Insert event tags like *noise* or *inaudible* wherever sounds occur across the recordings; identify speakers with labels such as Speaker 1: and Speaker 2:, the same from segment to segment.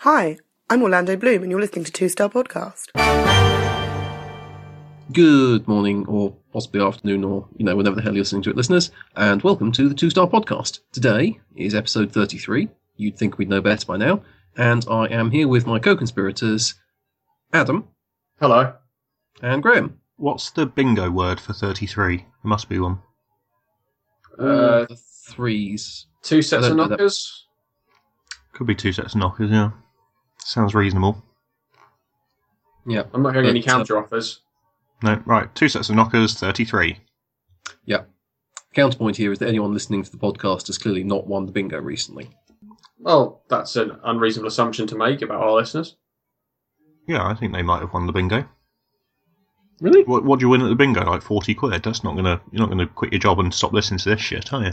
Speaker 1: Hi, I'm Orlando Bloom, and you're listening to Two Star Podcast.
Speaker 2: Good morning, or possibly afternoon, or you know, whenever the hell you're listening to it, listeners, and welcome to the Two Star Podcast. Today is episode 33. You'd think we'd know better by now, and I am here with my co conspirators, Adam
Speaker 3: Hello.
Speaker 2: and Graham.
Speaker 4: What's the bingo word for 33? There must be one.
Speaker 3: Uh,
Speaker 2: the threes.
Speaker 3: two sets
Speaker 2: I
Speaker 3: of
Speaker 2: don't do that.
Speaker 3: knockers.
Speaker 4: Could be two sets of knockers, yeah. Sounds reasonable.
Speaker 2: Yeah,
Speaker 3: I'm not hearing any
Speaker 2: But, uh,
Speaker 3: counter offers.
Speaker 4: No, right, two sets of knockers, 33.
Speaker 2: yeah. Counterpoint here is that anyone listening to the podcast has clearly not won the bingo recently.
Speaker 3: Well, that's an unreasonable assumption to make about our listeners.
Speaker 4: Yeah, I think they might have won the bingo.
Speaker 2: Really?
Speaker 4: What, what do you win at the bingo? Like 40 quid? That's not gonna, you're not gonna quit your job and stop listening to this shit, are you?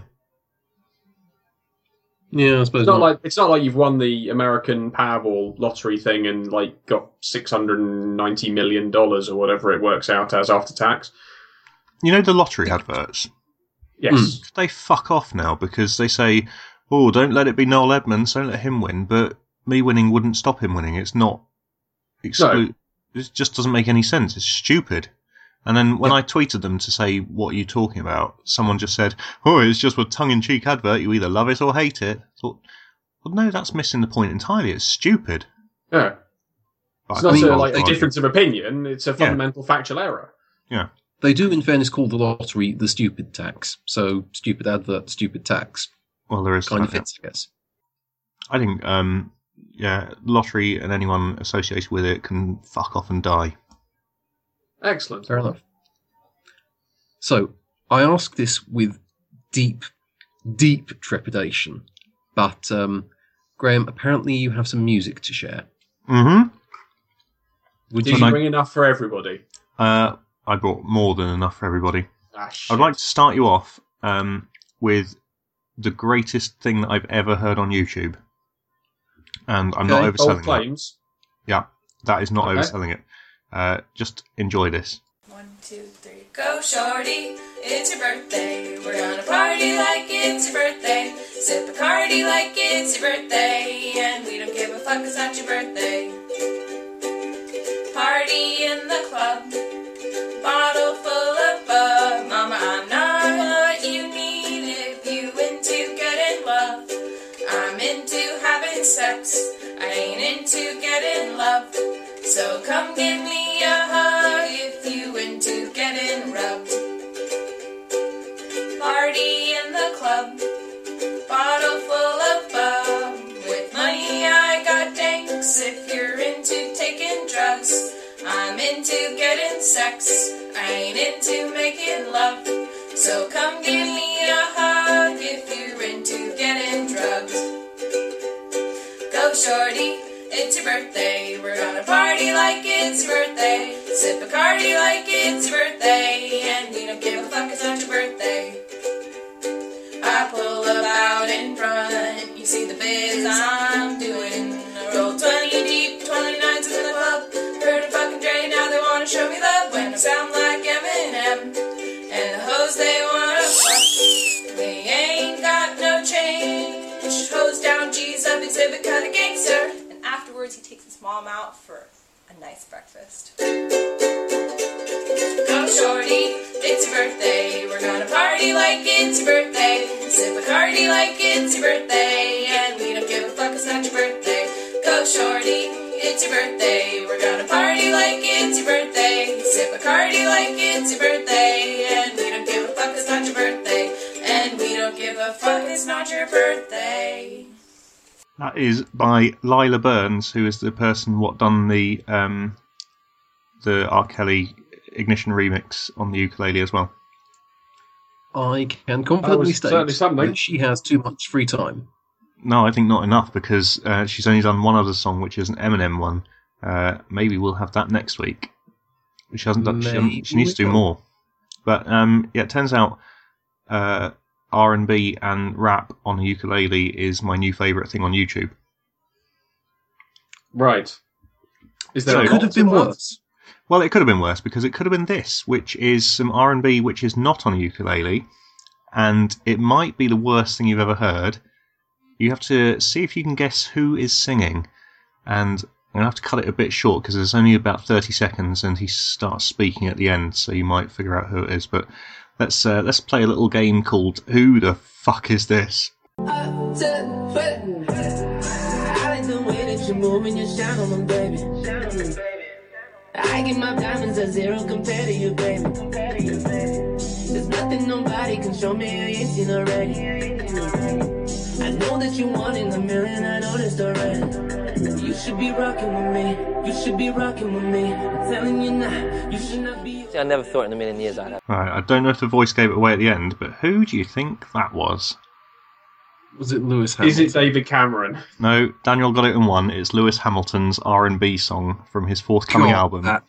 Speaker 2: Yeah, I suppose
Speaker 3: It's
Speaker 2: not.
Speaker 3: not like it's not like you've won the American Powerball lottery thing and like got six hundred and ninety million dollars or whatever it works out as after tax.
Speaker 4: You know the lottery adverts?
Speaker 3: Yes.
Speaker 4: Could they fuck off now because they say, oh, don't let it be Noel Edmonds, don't let him win, but me winning wouldn't stop him winning. It's not. Exclu- It just doesn't make any sense. It's stupid. And then when I tweeted them to say, what are you talking about? Someone just said, oh, it's just a tongue in cheek advert. You either love it or hate it. I thought, well, no, that's missing the point entirely. It's stupid.
Speaker 3: Yeah.
Speaker 4: But
Speaker 3: It's
Speaker 4: I
Speaker 3: not
Speaker 4: think
Speaker 3: a,
Speaker 4: I'll
Speaker 3: like a
Speaker 4: argue.
Speaker 3: difference of opinion. It's a fundamental factual error.
Speaker 2: They do, in fairness, call the lottery the stupid tax. So, stupid advert, stupid tax.
Speaker 4: Well, there is
Speaker 2: Kind of
Speaker 4: that, yeah.
Speaker 2: fits, I guess.
Speaker 4: I think, um, yeah, lottery and anyone associated with it can fuck off and die.
Speaker 3: Excellent.
Speaker 2: Fair enough. So I ask this with deep, deep trepidation, but um, Graham, apparently you have some music to share.
Speaker 4: Mm-hmm.
Speaker 2: Would
Speaker 3: Did
Speaker 2: you?
Speaker 4: Can
Speaker 3: you
Speaker 4: I-
Speaker 3: bring enough for everybody?
Speaker 4: Uh, I brought more than enough for everybody.
Speaker 3: Ah, shit.
Speaker 4: I'd like to start you off um, with the greatest thing that I've ever heard on YouTube, and I'm not
Speaker 2: Okay,
Speaker 3: bold
Speaker 4: overselling that.
Speaker 3: claims.
Speaker 4: Yeah, that is not
Speaker 3: Okay.
Speaker 4: overselling it. Uh, just enjoy this.
Speaker 5: One, two, three, go, shorty. It's your birthday. We're gonna party like it's your birthday. Sip a cardi like it's your birthday. And we don't give a fuck, it's not your birthday. Party in the club. Bottle full of bug. Mama, I'm not what you need if you into getting love. I'm into having sex. I ain't into getting loved. So come give me a hug if you into getting rubbed. Party in the club, bottle full of bub. With money I got danks if you're into taking drugs. I'm into getting sex, I ain't into making love. So come give me a hug if you're into getting drugs. Go shorty, it's your birthday. We're gonna party like it's your birthday. Sip a cardi like it's your birthday. And we don't give a fuck, it's not your birthday. I pull up out in front. You see the biz I'm doing. Roll 20 deep, 29s in the club. Heard a fucking drain, now they wanna show me love. When I sound like Eminem. And the hoes they wanna fuck. We ain't got no change. Hose down, G's up, exhibit, cut a gangster.
Speaker 6: and afterwards he takes his mom out for a nice breakfast.
Speaker 5: Go shorty, it's your birthday. We're gonna party like it's your birthday. Sip a cardi like it's your birthday. And we don't give a fuck, it's not your birthday. Go shorty, it's your birthday. We're gonna party like it's your birthday. Sip a cardi like it's your birthday. And we don't give a fuck, it's not your birthday. And we don't give a fuck, it's not your birthday.
Speaker 4: That is by Lila Burns, who is the person what done the um, the R. Kelly Ignition remix on the ukulele as well.
Speaker 2: I can confidently
Speaker 3: was
Speaker 2: state
Speaker 3: certainly something.
Speaker 2: that she has too much free time.
Speaker 4: No, I think not enough because uh, she's only done one other song, which is an Eminem one. Uh, maybe we'll have that next week. She hasn't done. She, hasn't- she
Speaker 2: Maybe
Speaker 4: needs
Speaker 2: we
Speaker 4: to do
Speaker 2: will.
Speaker 4: more. But um, yeah, it turns out uh, R and B and rap on a ukulele is my new favourite thing on YouTube.
Speaker 3: Right. Is there
Speaker 4: So-
Speaker 3: a
Speaker 2: Could have
Speaker 3: lot
Speaker 2: been
Speaker 3: of that?
Speaker 2: worse.
Speaker 4: Well, it could have been worse because it could have been this, which is some R and B, which is not on a ukulele, and it might be the worst thing you've ever heard. You have to see if you can guess who is singing. and I'm gonna have to cut it a bit short because there's only about 30 seconds, and he starts speaking at the end, so you might figure out who it is. But let's uh, let's play a little game called Who the Fuck Is This?
Speaker 7: up to foot. I like the way that you move and you shine on them, baby. I give my diamonds a zero compared to you, baby. There's nothing nobody can show me you ain't seen already. I know that you want in a million, I noticed already. You should be rocking with me. You should be rocking with me. I'm telling you now, you should not be.
Speaker 8: I never thought in a million years I'd have.
Speaker 4: Right, I don't know if the voice gave it away at the end, but who do you think that was?
Speaker 2: Was it Lewis Hamilton?
Speaker 3: Is it David Cameron?
Speaker 4: No, Daniel got it in one. It's Lewis Hamilton's R&B song from his forthcoming
Speaker 2: God,
Speaker 4: album.
Speaker 2: that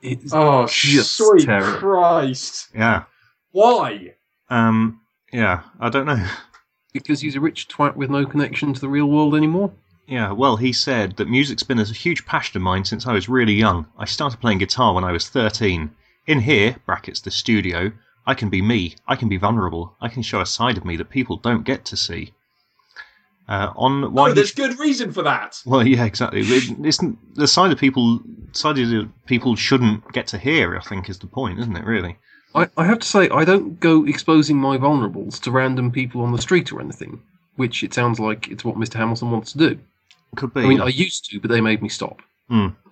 Speaker 2: is-
Speaker 3: Oh,
Speaker 2: Just
Speaker 3: sweet
Speaker 2: terrible.
Speaker 3: Christ!
Speaker 4: Yeah.
Speaker 3: Why?
Speaker 4: Um. Yeah. I don't know. *laughs*
Speaker 2: because he's a rich twat with no connection to the real world anymore.
Speaker 4: Yeah, well, he said that music's been a huge passion of mine since I was really young. I started playing guitar when I was 13. In here, brackets the studio, I can be me. I can be vulnerable. I can show a side of me that people don't get to see. Uh, on why
Speaker 3: No,
Speaker 4: he-
Speaker 3: Oh, there's good reason for that.
Speaker 4: Well, *laughs* yeah, exactly. It- It's the side of people, side of the people shouldn't get to hear. I think is the point, isn't it? Really?
Speaker 2: I, I have to say, I don't go exposing my vulnerables to random people on the street or anything, which it sounds like it's what Mr. Hamilton wants to do.
Speaker 4: Could be.
Speaker 2: I mean, I used to, but they made me stop.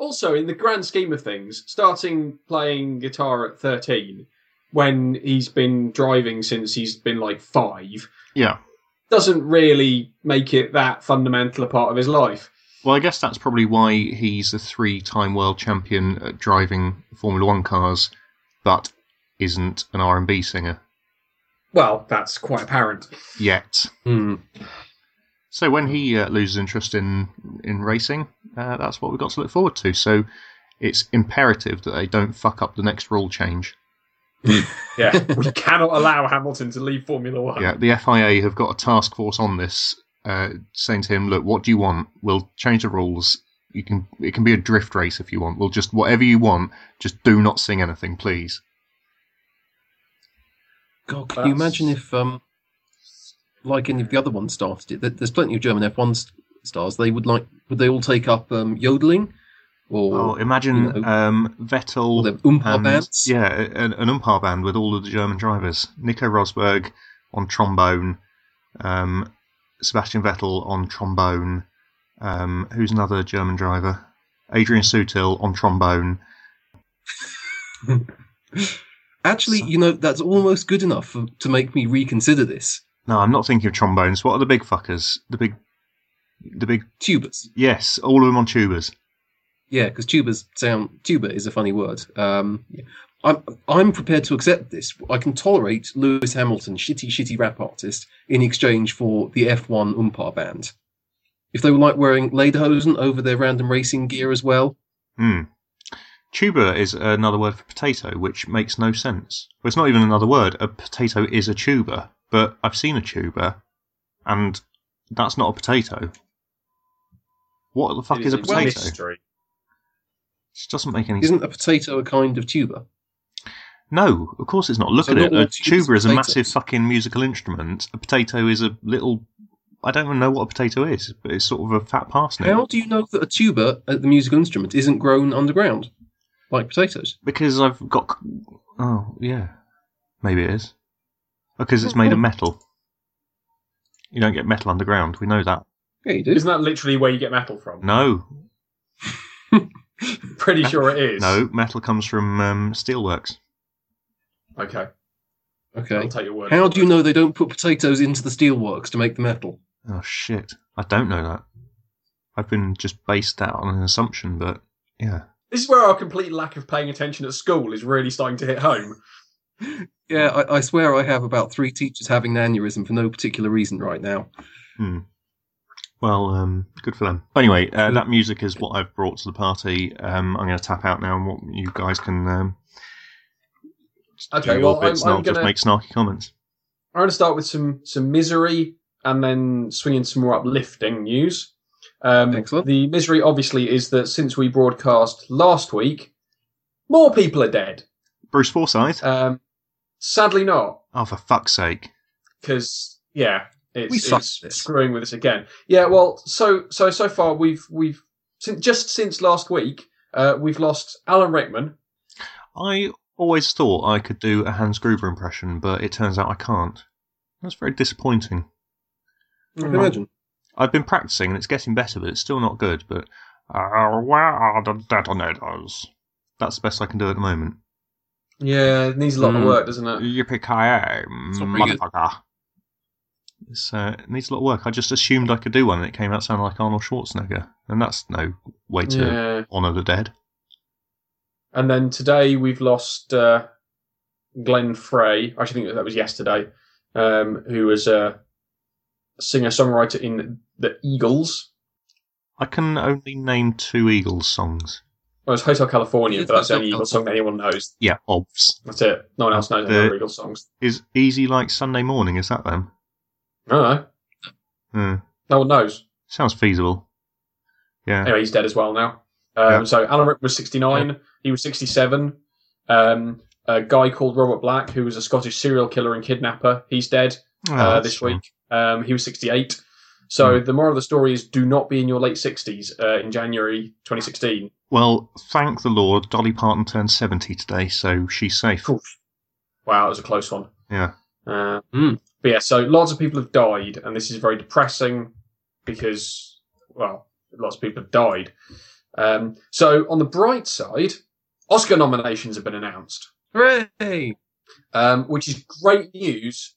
Speaker 3: Also, in the grand scheme of things, starting playing guitar at 13, when he's been driving since he's been like five,
Speaker 4: yeah.
Speaker 3: doesn't really make it that fundamental a part of his life.
Speaker 4: Well, I guess that's probably why he's a three-time world champion at driving Formula One cars, but isn't an R&B singer
Speaker 3: Well, that's quite apparent.
Speaker 4: yet.
Speaker 2: Hmm.
Speaker 4: So when he uh, loses interest in in racing, uh, that's what we've got to look forward to. So it's imperative that they don't fuck up the next rule change.
Speaker 3: Yeah,
Speaker 4: *laughs*
Speaker 3: we cannot allow Hamilton to leave Formula One.
Speaker 4: Yeah, the FIA have got a task force on this, uh, saying to him, "Look, what do you want? We'll change the rules. You can it can be a drift race if you want. We'll just whatever you want. Just do not sing anything, please."
Speaker 2: God, can you
Speaker 3: That's-
Speaker 2: imagine if, um, like any of the other ones started it? There- There's plenty of German F1 s- stars. They would like, would they all take up um, yodeling? Or
Speaker 4: Oh, imagine
Speaker 2: you know,
Speaker 4: um, Vettel
Speaker 2: all the Oompa
Speaker 4: and-
Speaker 2: bands?
Speaker 4: Yeah, an, an umpire band with all of the German drivers. Nico Rosberg on trombone, um, Sebastian Vettel on trombone. Um, who's another German driver? Adrian Sutil on trombone.
Speaker 2: Actually, you know, that's almost good enough for, to make me reconsider this.
Speaker 4: No, I'm not thinking of trombones. What are the big fuckers? The big, the big.
Speaker 2: Tubers.
Speaker 4: Yes, all of them on tubas.
Speaker 2: Yeah, because tubers sound tuba is a funny word. Um, I'm I'm prepared to accept this. I can tolerate Lewis Hamilton, shitty shitty rap artist, in exchange for the F1 umpire band. If they were like wearing lederhosen over their random racing gear as well,
Speaker 4: Hmm. Tuber is another word for potato, which makes no sense. Well, it's not even another word. A potato is a tuber, but I've seen a tuber, and that's not a potato. What the fuck
Speaker 3: It
Speaker 4: is a
Speaker 3: a
Speaker 4: potato?
Speaker 3: mystery.
Speaker 4: It doesn't make any sense.
Speaker 2: isn't a potato a kind of tuba?
Speaker 4: No, of course it's not. Look
Speaker 2: So
Speaker 4: at
Speaker 2: not
Speaker 4: it.
Speaker 2: all
Speaker 4: A
Speaker 2: tubers
Speaker 4: tuber
Speaker 2: are
Speaker 4: is a massive
Speaker 2: potatoes.
Speaker 4: fucking musical instrument. A potato is a little. I don't even know what a potato is, but it's sort of a fat parsnip.
Speaker 2: How do you know that a tuba, uh, the musical instrument, isn't grown underground like potatoes?
Speaker 4: Because I've got. Oh, yeah. Maybe it is. Because it's made of metal. You don't get metal underground. We know that.
Speaker 2: Yeah, you do.
Speaker 3: Isn't that literally where you get metal from?
Speaker 4: No,
Speaker 3: Pretty sure it is.
Speaker 4: no. Metal comes from um, steelworks.
Speaker 3: Okay,
Speaker 2: okay.
Speaker 3: I'll take your word.
Speaker 2: How
Speaker 3: for
Speaker 2: do you know they don't put potatoes into the steelworks to make the metal?
Speaker 4: Oh, shit. I don't know that. I've been just based that on an assumption, but yeah.
Speaker 3: This is where our complete lack of paying attention at school is really starting to hit home.
Speaker 2: Yeah, I, I swear I have about three teachers having an aneurysm for no particular reason right now.
Speaker 3: Oh.
Speaker 4: Well, um, good for them. Anyway, uh, that music is what I've brought to the party. Um, I'm going to tap out now, and what you guys can um,
Speaker 3: Okay,
Speaker 4: do your
Speaker 3: well, I'm-
Speaker 4: bits,
Speaker 3: I'm
Speaker 4: and I'll just
Speaker 3: gonna-
Speaker 4: make snarky comments.
Speaker 3: I'm going to start with some some misery and then swing in some more uplifting news. Um,
Speaker 2: Excellent.
Speaker 3: The misery, obviously, is that since we broadcast last week, more people are dead.
Speaker 4: Bruce Forsyth.
Speaker 3: Um, sadly, not
Speaker 4: oh, for fuck's sake.
Speaker 3: because yeah, it's,
Speaker 2: We suck
Speaker 3: it's
Speaker 2: at this.
Speaker 3: screwing with us again. Yeah, well, so so so far we've we've since just since last week, uh, we've lost Alan Rickman.
Speaker 4: I always thought I could do a Hans Gruber impression, but it turns out I can't. That's very disappointing.
Speaker 2: I can imagine.
Speaker 4: I've been practicing and it's getting better, but it's still not good. But uh, where are the detonators? That's the best I can do at the moment.
Speaker 3: Yeah, it needs a lot of
Speaker 2: Mm.
Speaker 3: work, doesn't it?
Speaker 4: Yippee ki
Speaker 2: not very good.
Speaker 4: motherfucker! It's, uh, it needs a lot of work. I just assumed I could do one, and it came out sounding like Arnold Schwarzenegger, and that's no way to
Speaker 3: Yeah.
Speaker 4: honour the dead.
Speaker 3: And then today we've lost uh, Glenn Frey. Actually, I think that was yesterday. Um, who was a singer songwriter in the Eagles.
Speaker 4: I can only name two Eagles songs.
Speaker 3: Well, it's Hotel California,
Speaker 2: It's
Speaker 3: but that's the only
Speaker 2: Hotel
Speaker 3: Eagles song that anyone knows.
Speaker 4: Yeah, obvs.
Speaker 3: That's it. No one else knows
Speaker 4: The-
Speaker 3: any other Eagles songs.
Speaker 4: Is easy like Sunday morning? Is that them?
Speaker 3: No, no,
Speaker 4: Hmm.
Speaker 3: no one knows.
Speaker 4: sounds feasible. Yeah.
Speaker 3: Anyway, he's dead as well now. Um,
Speaker 4: Yeah.
Speaker 3: So Alan Rick was 69. He was 67. Um, a guy called Robert Black, who was a Scottish serial killer and kidnapper, he's dead.
Speaker 4: Oh,
Speaker 3: uh,
Speaker 4: that's Hmm.
Speaker 3: this
Speaker 4: fun.
Speaker 3: week. Um, he was 68. So the moral of the story is do not be in your late 60s uh, in January 2016.
Speaker 4: Well, thank the Lord, Dolly Parton turned 70 today, so she's safe.
Speaker 3: Cool. Wow, that was a close one.
Speaker 4: Yeah.
Speaker 3: Uh,
Speaker 2: Mm.
Speaker 3: But yeah, so lots of people have died, and this is very depressing because, well, lots of people have died. Um, so on the bright side, Oscar nominations have been announced,
Speaker 2: Hooray!
Speaker 3: um, which is great news.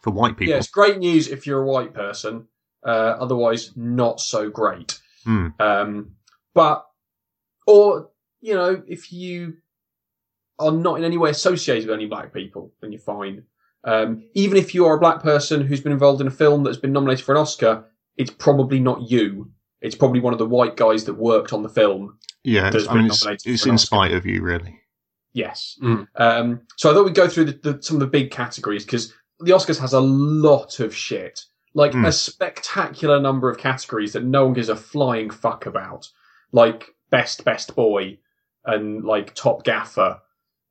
Speaker 4: For white people.
Speaker 3: Yeah, it's great news if you're a white person. Uh, otherwise, not so great.
Speaker 4: Hmm.
Speaker 3: Um, but, or, you know, if you are not in any way associated with any black people, then you're fine. Um, even if you are a black person who's been involved in a film that's been nominated for an Oscar, it's probably not you. It's probably one of the white guys that worked on the film.
Speaker 4: Yeah,
Speaker 3: That's
Speaker 4: it's, I mean,
Speaker 3: been
Speaker 4: it's,
Speaker 3: nominated
Speaker 4: it's
Speaker 3: for an
Speaker 4: in
Speaker 3: Oscar.
Speaker 4: spite of you, really.
Speaker 3: Yes.
Speaker 2: Mm.
Speaker 3: Um, so I thought we'd go through the, the, some of the big categories because the Oscars has a lot of shit, like
Speaker 4: Mm.
Speaker 3: a spectacular number of categories that no one gives a flying fuck about, like best best boy and like top gaffer,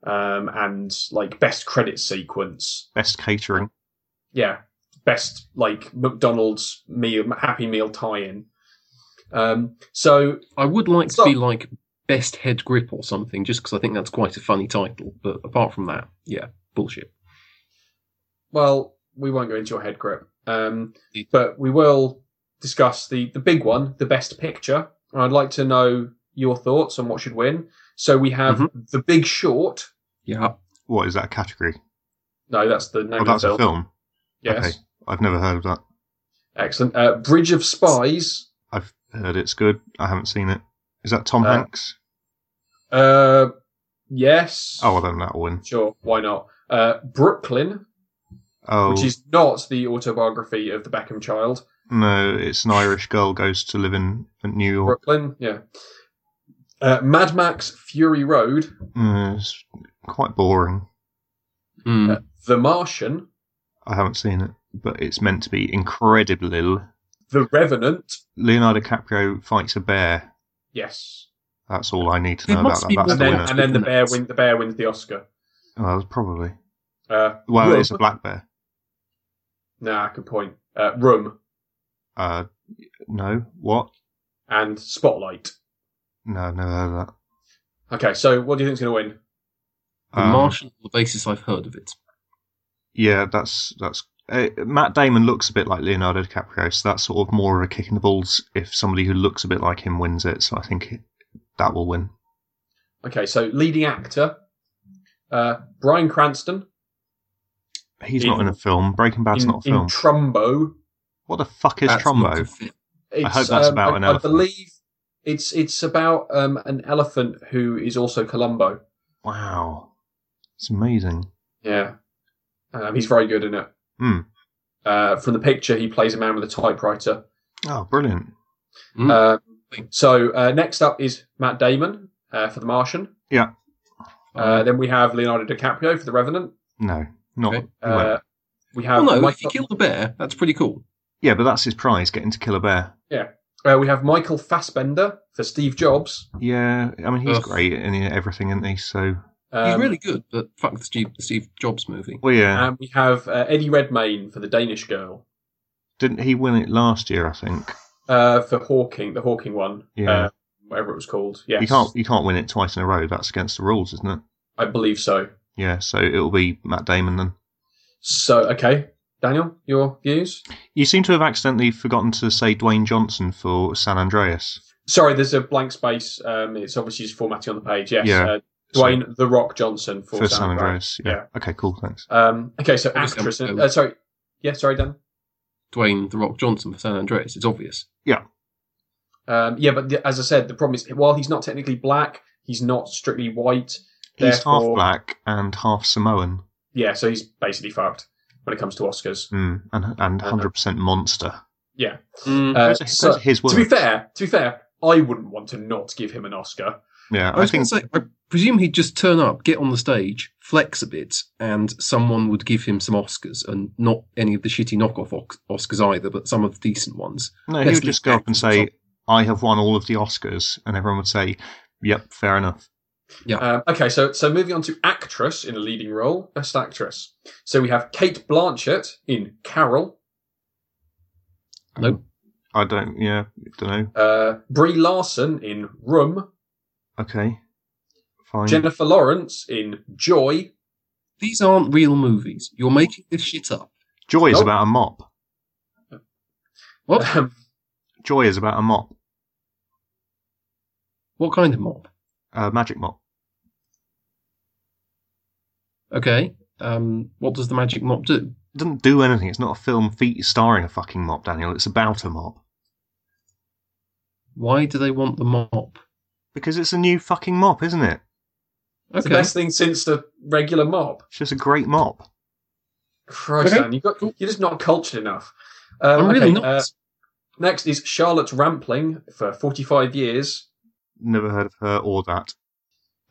Speaker 3: um, and like best credit sequence.
Speaker 4: Best catering.
Speaker 3: Yeah, best like McDonald's meal Happy Meal tie-in. Um, so
Speaker 2: I would like
Speaker 3: So-
Speaker 2: to be like Best Head Grip or something, just because I think that's quite a funny title. But apart from that, yeah, bullshit.
Speaker 3: well, we won't go into your head grip, um,
Speaker 4: Mm.
Speaker 3: but we will discuss the the big one, the best picture. And I'd like to know your thoughts on what should win. So we have
Speaker 4: Mm-hmm.
Speaker 3: The Big Short.
Speaker 2: Yeah.
Speaker 4: What is that category?
Speaker 3: No, that's the name
Speaker 4: oh,
Speaker 3: of
Speaker 4: that's
Speaker 3: the film.
Speaker 4: a film.
Speaker 3: Yes,
Speaker 4: Okay. I've never heard of that.
Speaker 3: excellent. Uh, Bridge of Spies.
Speaker 4: I've heard it's good. I haven't seen it. Is that Tom
Speaker 3: Uh,
Speaker 4: Hanks?
Speaker 3: Uh, yes.
Speaker 4: Oh, well, then that'll win.
Speaker 3: sure. Why not? Uh, Brooklyn,
Speaker 4: Oh,
Speaker 3: which is not the autobiography of the Beckham child.
Speaker 4: no, it's an Irish girl goes to live in New York.
Speaker 3: Brooklyn, yeah. Uh, Mad Max Fury Road,
Speaker 4: Mm, it's quite boring.
Speaker 2: Mm.
Speaker 3: Uh, The Martian,
Speaker 4: I haven't seen it, but it's meant to be incredibly.
Speaker 3: The Revenant.
Speaker 4: Leonardo DiCaprio fights a bear.
Speaker 3: Yes.
Speaker 4: That's all I need to
Speaker 2: It
Speaker 4: know about
Speaker 2: must
Speaker 4: that.
Speaker 2: be
Speaker 4: That's
Speaker 2: more
Speaker 3: and
Speaker 4: the
Speaker 3: then
Speaker 4: winner.
Speaker 3: and then the bear
Speaker 2: Goodness.
Speaker 3: win the bear wins the Oscar.
Speaker 4: Well, probably.
Speaker 3: Uh,
Speaker 4: Well,
Speaker 3: Room.
Speaker 4: it's a black bear.
Speaker 3: nah, good point. Uh, Room
Speaker 4: Uh, no, what?
Speaker 3: and Spotlight.
Speaker 4: No, I've never heard of that.
Speaker 3: Okay, so what do you think's going to win?
Speaker 2: the
Speaker 4: Um,
Speaker 2: Martian, on the basis I've heard of it.
Speaker 4: Yeah, that's that's. Uh, Matt Damon looks a bit like Leonardo DiCaprio, so that's sort of more of a kick in the balls if somebody who looks a bit like him wins it. So I think it, that will win.
Speaker 3: Okay, so leading actor, uh, Brian Cranston
Speaker 4: He's
Speaker 3: In-
Speaker 4: not in a film. Breaking Bad's
Speaker 3: in,
Speaker 4: not a film.
Speaker 3: in Trumbo.
Speaker 4: what the fuck is
Speaker 2: That's not
Speaker 4: Trumbo?
Speaker 2: a fit.
Speaker 3: It's, um,
Speaker 4: hope that's about
Speaker 3: I,
Speaker 4: an
Speaker 3: I
Speaker 4: elephant.
Speaker 3: believe it's it's about um, an elephant who is also Columbo.
Speaker 4: Wow, it's amazing.
Speaker 3: Yeah, um, he's very good in it.
Speaker 4: Hmm.
Speaker 3: Uh, from the picture, he plays a man with a typewriter.
Speaker 4: Oh, brilliant.
Speaker 2: Hmm.
Speaker 3: Uh, so uh, next up is Matt Damon uh, for The Martian.
Speaker 4: Yeah. Oh.
Speaker 3: Uh, then we have Leonardo DiCaprio for The Revenant.
Speaker 4: No, not.
Speaker 2: Okay.
Speaker 4: he won't.
Speaker 3: Uh, we
Speaker 2: Well,
Speaker 3: have
Speaker 2: no, if you
Speaker 3: Michael,
Speaker 2: kill the bear, that's pretty cool.
Speaker 4: yeah, but that's his prize, getting to kill a bear.
Speaker 3: uh, we have Michael Fassbender for Steve Jobs.
Speaker 4: Yeah, I mean he's
Speaker 2: Ugh.
Speaker 4: great in everything, isn't he? So,
Speaker 3: Um,
Speaker 2: He's really good, but fuck the Steve, Steve Jobs movie.
Speaker 4: well, yeah,
Speaker 3: And we have uh, Eddie Redmayne for The Danish Girl
Speaker 4: didn't he win it last year? I think.
Speaker 3: uh, for Hawking, the Hawking one.
Speaker 4: Yeah.
Speaker 3: Uh, whatever it was called. Yes,
Speaker 4: You can't you can't win it twice in a row. That's against the rules, isn't it?
Speaker 3: I believe so.
Speaker 4: Yeah, so it'll be Matt Damon then.
Speaker 3: So okay, Daniel, your views?
Speaker 4: You seem to have accidentally forgotten to say Dwayne Johnson for San Andreas.
Speaker 3: Sorry, there's a blank space. Um, it's obviously just formatting on the page. Yes,
Speaker 4: Yeah.
Speaker 3: uh, Dwayne the Rock Johnson for,
Speaker 4: for San Andreas. Yeah.
Speaker 3: Yeah.
Speaker 4: Okay, cool, thanks.
Speaker 3: Um, okay, so
Speaker 2: Obviously,
Speaker 3: actress.
Speaker 2: I'm-
Speaker 3: Uh, sorry, yeah, sorry, Dan.
Speaker 2: Dwayne the Rock Johnson for San Andreas. It's obvious.
Speaker 3: Um, yeah, but the, as I said, the problem is while he's not technically black, he's not strictly white.
Speaker 4: He's half
Speaker 3: therefore-
Speaker 4: black and half Samoan.
Speaker 3: Yeah, so he's basically fucked when it comes to Oscars.
Speaker 4: Mm, and and
Speaker 3: Uh-huh.
Speaker 4: 100% monster.
Speaker 3: Yeah.
Speaker 2: Mm.
Speaker 3: Uh,
Speaker 4: Those are-
Speaker 3: so,
Speaker 4: those are his
Speaker 3: to be
Speaker 4: words.
Speaker 3: fair, to be fair, I wouldn't want to not give him an Oscar.
Speaker 4: Yeah,
Speaker 2: I
Speaker 4: I,
Speaker 2: was
Speaker 4: think
Speaker 2: going to say, I presume he'd just turn up, get on the stage, flex a bit, and someone would give him some Oscars, and not any of the shitty knockoff Ox- Oscars either, but some of the decent ones.
Speaker 4: no, he
Speaker 2: Let's
Speaker 4: would just
Speaker 2: leave
Speaker 4: go up and
Speaker 2: actors
Speaker 4: say,
Speaker 2: aside.
Speaker 4: "I have won all of the Oscars," and everyone would say, "Yep, fair enough."
Speaker 3: Um, okay, so so moving on to actress in a leading role, best actress. So we have Kate Blanchett in Carol,
Speaker 2: Nope.
Speaker 4: I don't. Yeah, don't know.
Speaker 3: uh, Brie Larson in Room,
Speaker 4: Okay, fine.
Speaker 3: Jennifer Lawrence in Joy. *laughs*
Speaker 2: These aren't real movies. You're making this shit up.
Speaker 4: Joy is
Speaker 3: Nope.
Speaker 4: about a mop.
Speaker 2: What?
Speaker 3: *laughs* Um,
Speaker 4: Joy is about a mop.
Speaker 2: What kind of mob?
Speaker 4: A magic mop.
Speaker 2: Okay. Um, what does the magic mop do?
Speaker 4: It doesn't do anything. It's not a film fe- starring a fucking mop, Daniel. It's about a mop
Speaker 2: Why do they want the mop?
Speaker 4: because it's a new fucking mop, isn't it?
Speaker 3: It's
Speaker 2: Okay.
Speaker 3: the best thing since the regular mob.
Speaker 4: It's just a great mop.
Speaker 3: Christ,
Speaker 2: Okay.
Speaker 3: man, you got you're just not cultured enough. Um,
Speaker 2: I'm really
Speaker 3: okay,
Speaker 2: not.
Speaker 3: uh, next is Charlotte Rampling for 45 years,
Speaker 4: Never heard of her or that.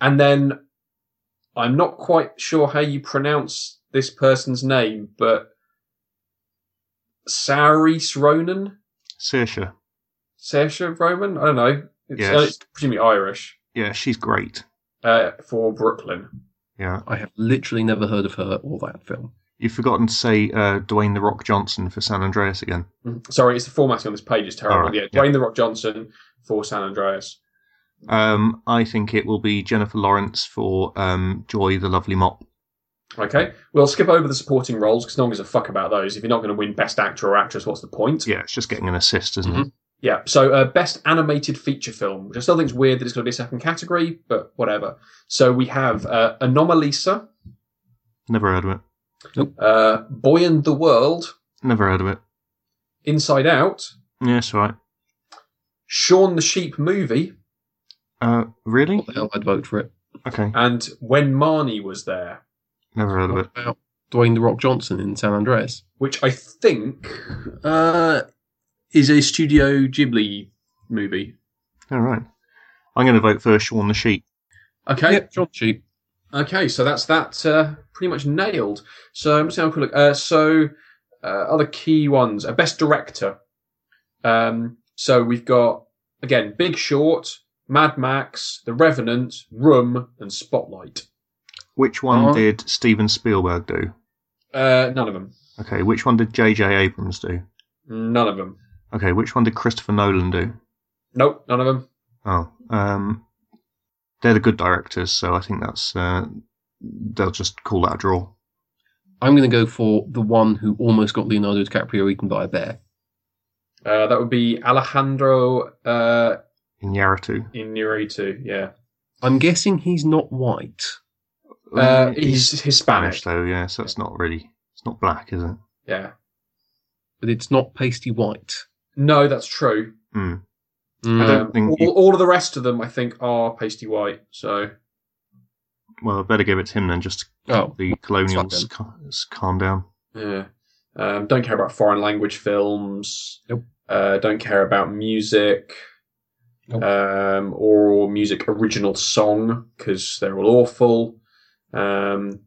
Speaker 3: and then I'm not quite sure how you pronounce this person's name, but Saris Ronan,
Speaker 4: Saoirse.
Speaker 3: Saoirse Ronan. I don't know. It's,
Speaker 4: Yes.
Speaker 3: uh, it's presumably Irish
Speaker 4: Yeah, she's great.
Speaker 3: uh, for Brooklyn.
Speaker 4: Yeah.
Speaker 2: I have literally never heard of her or that film.
Speaker 4: You've forgotten to say uh, Dwayne the Rock Johnson for San Andreas again.
Speaker 3: Mhm. Sorry, it's the formatting on this page is terrible.
Speaker 4: Alright,
Speaker 3: yeah,
Speaker 4: yeah.
Speaker 3: Dwayne the Rock Johnson for San Andreas.
Speaker 4: Um, I think it will be Jennifer Lawrence for um, Joy the Lovely Mop.
Speaker 3: Okay, we'll skip over the supporting roles because no one gives a fuck about those. If you're not going to win Best Actor or Actress, what's the point?
Speaker 4: Yeah, it's just getting an assist, isn't it?
Speaker 3: Yeah, so uh, Best Animated Feature Film, which I still think is weird that it's going to be a second category, but whatever. So we have uh, Anomalisa, Mm-hmm.
Speaker 4: Never heard of it.
Speaker 3: uh, Boy and the World,
Speaker 4: Never heard of it.
Speaker 3: Inside Out,
Speaker 4: Yeah, it's all right.
Speaker 3: Shaun the Sheep Movie,
Speaker 4: Uh, really?
Speaker 2: What the hell? I'd vote for it.
Speaker 4: Okay.
Speaker 3: and When Marnie Was There,
Speaker 4: Never heard of
Speaker 2: What
Speaker 4: it.
Speaker 2: about Dwayne the Rock Johnson in San Andreas?
Speaker 3: which I think
Speaker 8: Uh, is a Studio Ghibli movie.
Speaker 4: All right. I'm going to vote for Shaun the Sheep.
Speaker 8: Okay.
Speaker 2: Yep, John Sheep.
Speaker 3: Okay, so that's that uh, pretty much nailed. So I'm just going to quick look. Uh, so uh, other key ones: uh, best director. Um, so we've got again Big Short, Mad Max, The Revenant, Room, and Spotlight.
Speaker 4: Which one
Speaker 2: Uh-huh.
Speaker 4: did Steven Spielberg do?
Speaker 3: Uh, none of them.
Speaker 4: Okay. Which one did J.J. Abrams do?
Speaker 3: None of them.
Speaker 4: Okay. Which one did Christopher Nolan do?
Speaker 3: Nope, none of them.
Speaker 4: Oh, um, they're the good directors, so I think that's uh, they'll just call that a draw.
Speaker 2: I'm going to go for the one who almost got Leonardo DiCaprio eaten by a bear.
Speaker 3: Uh, that would be Alejandro uh,
Speaker 4: Iñárritu.
Speaker 3: Inarritu. Yeah,
Speaker 2: I'm guessing he's not white.
Speaker 3: uh, he's Hispanic.
Speaker 4: Spanish though, yeah, so that's not really it's not black, is it?
Speaker 3: Yeah.
Speaker 2: but it's not pasty white. Mm,
Speaker 3: No, that's true.
Speaker 4: Hmm. I don't
Speaker 3: Um,
Speaker 4: think
Speaker 3: all,
Speaker 4: you-
Speaker 3: all of the rest of them, I think, are pasty white. So
Speaker 4: Well, I better give it to him then, just to
Speaker 2: Oh,
Speaker 4: the colonials
Speaker 2: him.
Speaker 4: ca- s- calm down.
Speaker 3: yeah, um, don't care about foreign language films.
Speaker 2: Nope.
Speaker 3: Uh, don't care about music
Speaker 2: Nope.
Speaker 3: um, or music original song because they're all awful. Um,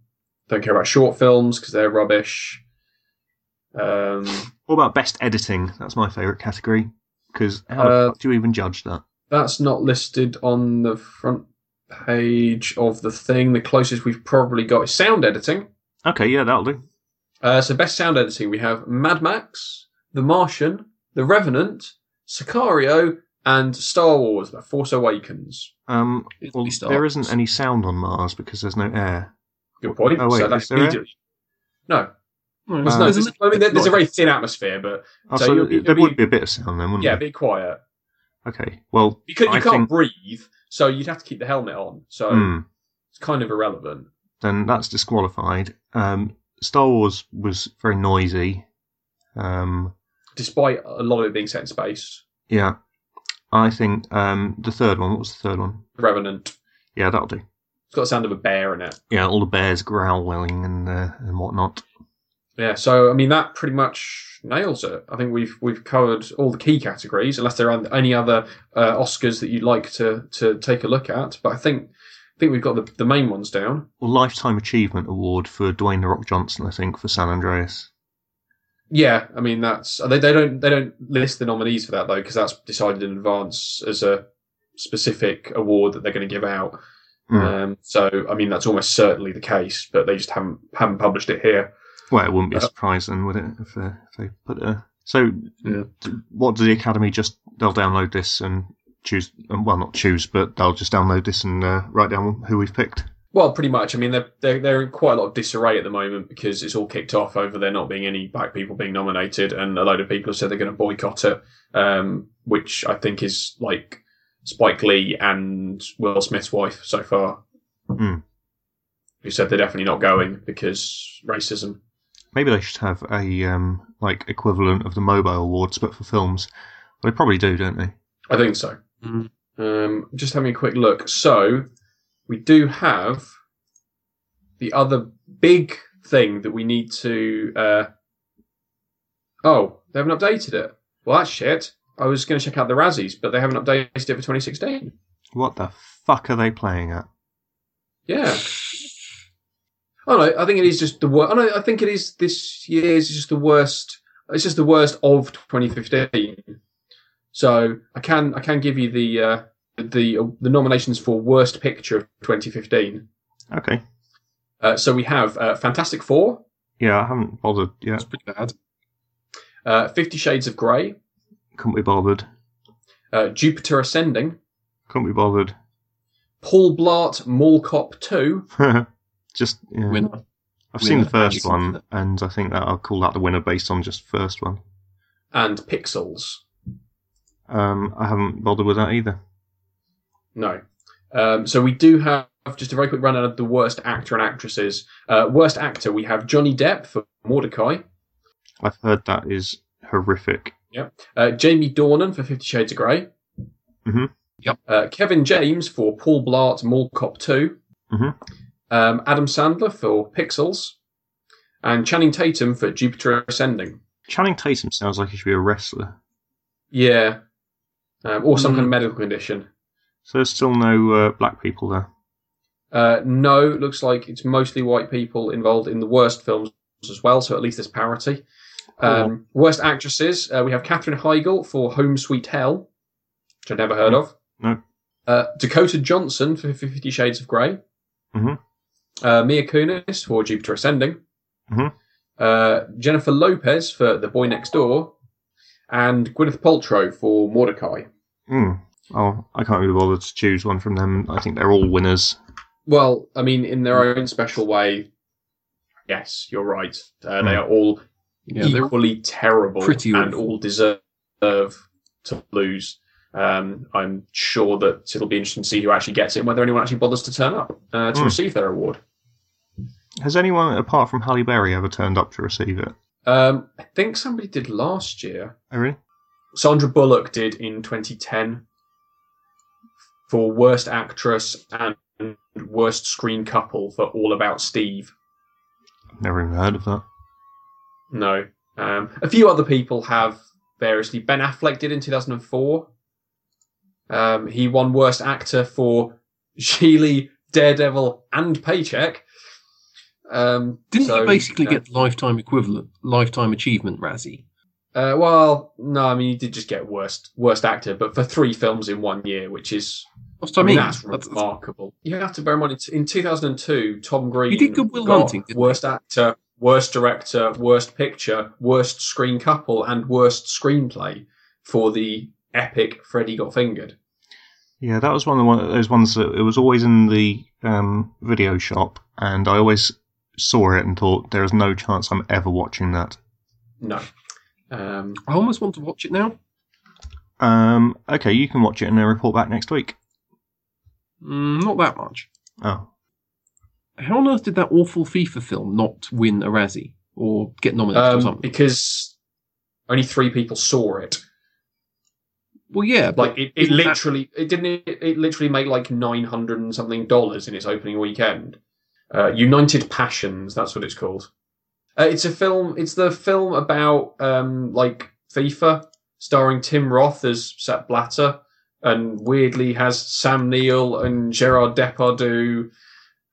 Speaker 3: don't care about short films because they're rubbish. Um,
Speaker 4: What about best editing? That's my favourite category because how
Speaker 3: Uh,
Speaker 4: the fuck do you even judge that?
Speaker 3: that's not listed on the front page of the thing. The closest we've probably got is sound editing.
Speaker 4: Okay, yeah, that'll do.
Speaker 3: Uh, so best sound editing, we have Mad Max, The Martian, The Revenant, Sicario, and Star Wars: The Force Awakens.
Speaker 4: Um,
Speaker 2: It'd
Speaker 4: well,
Speaker 2: be Star
Speaker 4: there
Speaker 2: Wars.
Speaker 4: isn't any sound on Mars because there's no air.
Speaker 3: Good point.
Speaker 4: Oh, wait,
Speaker 3: so
Speaker 4: is
Speaker 3: that's
Speaker 4: there a-
Speaker 3: immediately. No,
Speaker 2: Well,
Speaker 3: There's
Speaker 4: Uh,
Speaker 3: no-
Speaker 2: there's a
Speaker 3: there's-
Speaker 2: little
Speaker 3: I mean,
Speaker 2: bit of
Speaker 3: there's a
Speaker 2: noise.
Speaker 3: very thin atmosphere, but
Speaker 4: Oh,
Speaker 3: So
Speaker 4: so
Speaker 3: you'll be-
Speaker 4: there
Speaker 3: you'll
Speaker 4: would
Speaker 3: be-
Speaker 4: be a bit of sound then, wouldn't
Speaker 3: yeah, a
Speaker 4: there?
Speaker 3: bit quiet.
Speaker 4: Okay. Well,
Speaker 3: You, could, you
Speaker 4: Hmm. I
Speaker 3: can't
Speaker 4: think
Speaker 3: breathe, so you'd have to keep the helmet on. So
Speaker 4: hmm,
Speaker 3: it's kind of irrelevant.
Speaker 4: then that's disqualified. Um, Star Wars was very noisy. Um,
Speaker 3: despite a lot of it being set in space.
Speaker 4: yeah, I think um, the third one. What was the third one?
Speaker 3: Revenant.
Speaker 4: Yeah, that'll do.
Speaker 3: It's got the sound of a bear in it.
Speaker 4: Yeah, all the bears growling and uh, and whatnot.
Speaker 3: Yeah, so I mean that pretty much nails it. I think we've we've covered all the key categories, unless there are any other uh, Oscars that you'd like to to take a look at. But I think I think we've got the, the main ones down.
Speaker 4: Well, lifetime achievement award for Dwayne the Rock Johnson, I think, for San Andreas.
Speaker 3: Yeah, I mean that's they, they don't they don't list the nominees for that though because that's decided in advance as a specific award that they're going to give out.
Speaker 4: Mm.
Speaker 3: Um, so I mean that's almost certainly the case, but they just haven't haven't published it here.
Speaker 4: Well, it wouldn't be a
Speaker 3: Uh,
Speaker 4: surprise then, would it, if, uh, if they put a. So,
Speaker 2: Yeah.
Speaker 4: d- what do the Academy just. They'll download this and choose. um, Well, not choose, but they'll just download this and uh, write down who we've picked.
Speaker 3: Well, pretty much. I mean, they're, they're they're in quite a lot of disarray at the moment because it's all kicked off over there not being any black people being nominated, and a load of people have said they're going to boycott it, um, which I think is like Spike Lee and Will Smith's wife so far,
Speaker 4: Hmm.
Speaker 3: who said they're definitely not going because racism.
Speaker 4: Maybe they should have a um, like equivalent of the mobile awards, but for films. They probably do, don't they?
Speaker 3: I think so.
Speaker 2: Mhm.
Speaker 3: Um, just having a quick look. So we do have the other big thing that we need to. Uh, oh, they haven't updated it. Well, that's shit. I was going to check out the Razzies, but they haven't updated it for 2016.
Speaker 4: What the fuck are they playing at?
Speaker 3: Yeah. Oh no, I think it is just the worst. Oh, no, I think it is this year's is just the worst. It's just the worst of 2015. So I can I can give you the uh, the the nominations for worst picture of 2015.
Speaker 4: Okay.
Speaker 3: Uh, so we have uh, Fantastic Four,
Speaker 4: Yeah, I haven't bothered yet.
Speaker 2: It's pretty bad.
Speaker 3: uh, Fifty Shades of Grey,
Speaker 4: Couldn't be bothered.
Speaker 3: uh, Jupiter Ascending,
Speaker 4: Couldn't be bothered. *laughs*
Speaker 3: Paul Blart Mall Cop 2,
Speaker 4: just yeah.
Speaker 2: Winner.
Speaker 4: I've seen the
Speaker 2: winner.
Speaker 4: first
Speaker 2: Actually,
Speaker 4: one, and I think that I'll call that the winner based on just the first one.
Speaker 3: and Pixels.
Speaker 4: Um, I haven't bothered with that either.
Speaker 3: No. Um, so we do have just a very quick run out of the worst actor and actresses. Uh, worst actor, we have Johnny Depp for Mordecai,
Speaker 4: I've heard that is horrific.
Speaker 3: uh, Jamie Dornan for Fifty Shades of grey
Speaker 4: Mhm.
Speaker 2: Yep.
Speaker 3: Uh, Kevin James for Paul Blart Mall Cop 2,
Speaker 4: Mhm.
Speaker 3: um, Adam Sandler for Pixels, and Channing Tatum for Jupiter Ascending.
Speaker 4: Channing Tatum sounds like he should be a wrestler.
Speaker 3: Yeah. Um, or some
Speaker 4: Mm.
Speaker 3: kind of medical condition.
Speaker 4: So there's still no uh, black people there.
Speaker 3: Uh, no, looks like it's mostly white people involved in the worst films as well, so at least there's parity. Um, Worst actresses, uh, we have Katherine Heigl for Home Sweet Hell, which I've never heard of.
Speaker 4: No.
Speaker 3: Uh, Dakota Johnson for Fifty Shades of grey
Speaker 4: Mhm.
Speaker 3: Uh, Mia Kunis for Jupiter Ascending.
Speaker 4: Mhm.
Speaker 3: Uh, Jennifer Lopez for The Boy Next Door. And Gwyneth Paltrow for Mordecai.
Speaker 4: Mm. Oh, I can't be bothered to choose one from them. I think they're all winners.
Speaker 3: Well, I mean, in their own special way, Mm. yes, you're right. Uh, They are all
Speaker 2: Yeah, they're
Speaker 3: equally terrible
Speaker 2: pretty
Speaker 3: and
Speaker 2: awful.
Speaker 3: all deserve to lose. Um, I'm sure that it'll be interesting to see who actually gets it and whether anyone actually bothers to turn up uh, to
Speaker 4: Hmm.
Speaker 3: receive their award.
Speaker 4: Has anyone apart from Halle Berry ever turned up to receive it?
Speaker 3: Um, I think somebody did last year.
Speaker 4: Oh, really?
Speaker 3: Sandra Bullock did in 2010 for Worst Actress and Worst Screen Couple for All About Steve.
Speaker 4: I've never even heard of that.
Speaker 3: No. Um, a few other people have variously. Ben Affleck did in 2004. Um, he won Worst Actor for Sheely, Daredevil, and Paycheck. Um,
Speaker 2: Didn't
Speaker 3: so,
Speaker 2: you basically
Speaker 3: know.
Speaker 2: get lifetime equivalent, lifetime achievement, Razzie?
Speaker 3: Uh, well, no, I mean he did just get worst worst actor, but for three films in one year, which is
Speaker 2: That's what I mean.
Speaker 3: that's
Speaker 2: That's- that's-
Speaker 3: remarkable. You have to bear in mind it's- in 2002, Tom Green
Speaker 2: He did Good Will
Speaker 3: got
Speaker 2: Hunting, didn't
Speaker 3: worst actor, worst director, worst picture, worst screen couple, and worst screenplay for the epic Freddy Got Fingered.
Speaker 4: Yeah, that was one of the one, those ones that it was always in the um, video shop, and I always saw it and thought there is no chance I'm ever watching that.
Speaker 3: No. Um,
Speaker 2: I almost want to watch it now.
Speaker 4: Um, okay, you can watch it and then report back next week.
Speaker 2: Mm, not that much.
Speaker 4: Oh,
Speaker 2: How on earth did that awful FIFA film not win a Razzie or get nominated or
Speaker 3: um,
Speaker 2: something?
Speaker 3: because only three people saw it.
Speaker 2: well, yeah,
Speaker 3: Like
Speaker 2: but
Speaker 3: it, it
Speaker 2: isn't that-
Speaker 3: literally, it didn't. It, it literally made like nine hundred and something dollars in its opening weekend. Uh, United Passions, that's what it's called. Uh, it's a film. It's the film about um, like FIFA, starring Tim Roth as Sepp Blatter, and weirdly has Sam Neill and Gerard Depardieu,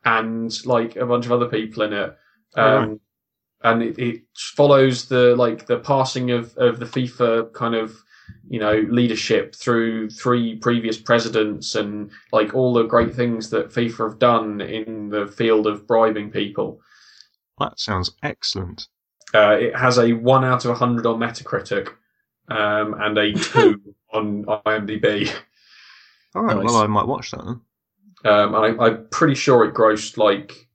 Speaker 3: and like a bunch of other people in it. Um, And it, it follows the like the passing of of the FIFA kind of you know leadership through three previous presidents and like all the great things that FIFA have done in the field of bribing people.
Speaker 4: that sounds excellent.
Speaker 3: Uh, it has a one out of hundred on Metacritic um, and a two on IMDb.
Speaker 4: All right,
Speaker 2: Nice.
Speaker 4: well I might watch that then.
Speaker 3: Um, and I, I'm pretty sure it grossed like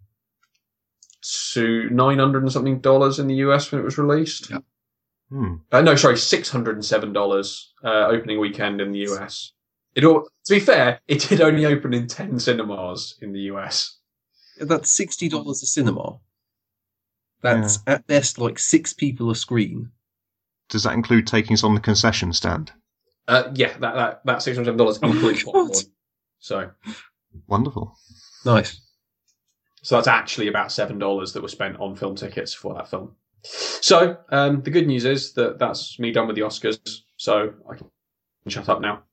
Speaker 3: to nine hundred and something dollars in the US when it was released.
Speaker 2: Yeah.
Speaker 4: Hmm.
Speaker 3: Uh, no, sorry, six hundred and seven dollars uh, opening weekend in the US. It all, to be fair, it did only open in ten cinemas in the US.
Speaker 2: that's sixty dollars a cinema. That's at best like six people a screen.
Speaker 4: Does that include taking us on the concession stand?
Speaker 3: Uh, yeah, that that, that six hundred seven dollars
Speaker 2: Oh my
Speaker 3: includes popcorn.
Speaker 2: God.
Speaker 3: So,
Speaker 4: Wonderful.
Speaker 2: Nice.
Speaker 3: so that's actually about seven dollars that were spent on film tickets for that film. So, um, the good news is that that's me done with the Oscars. So I can shut up now.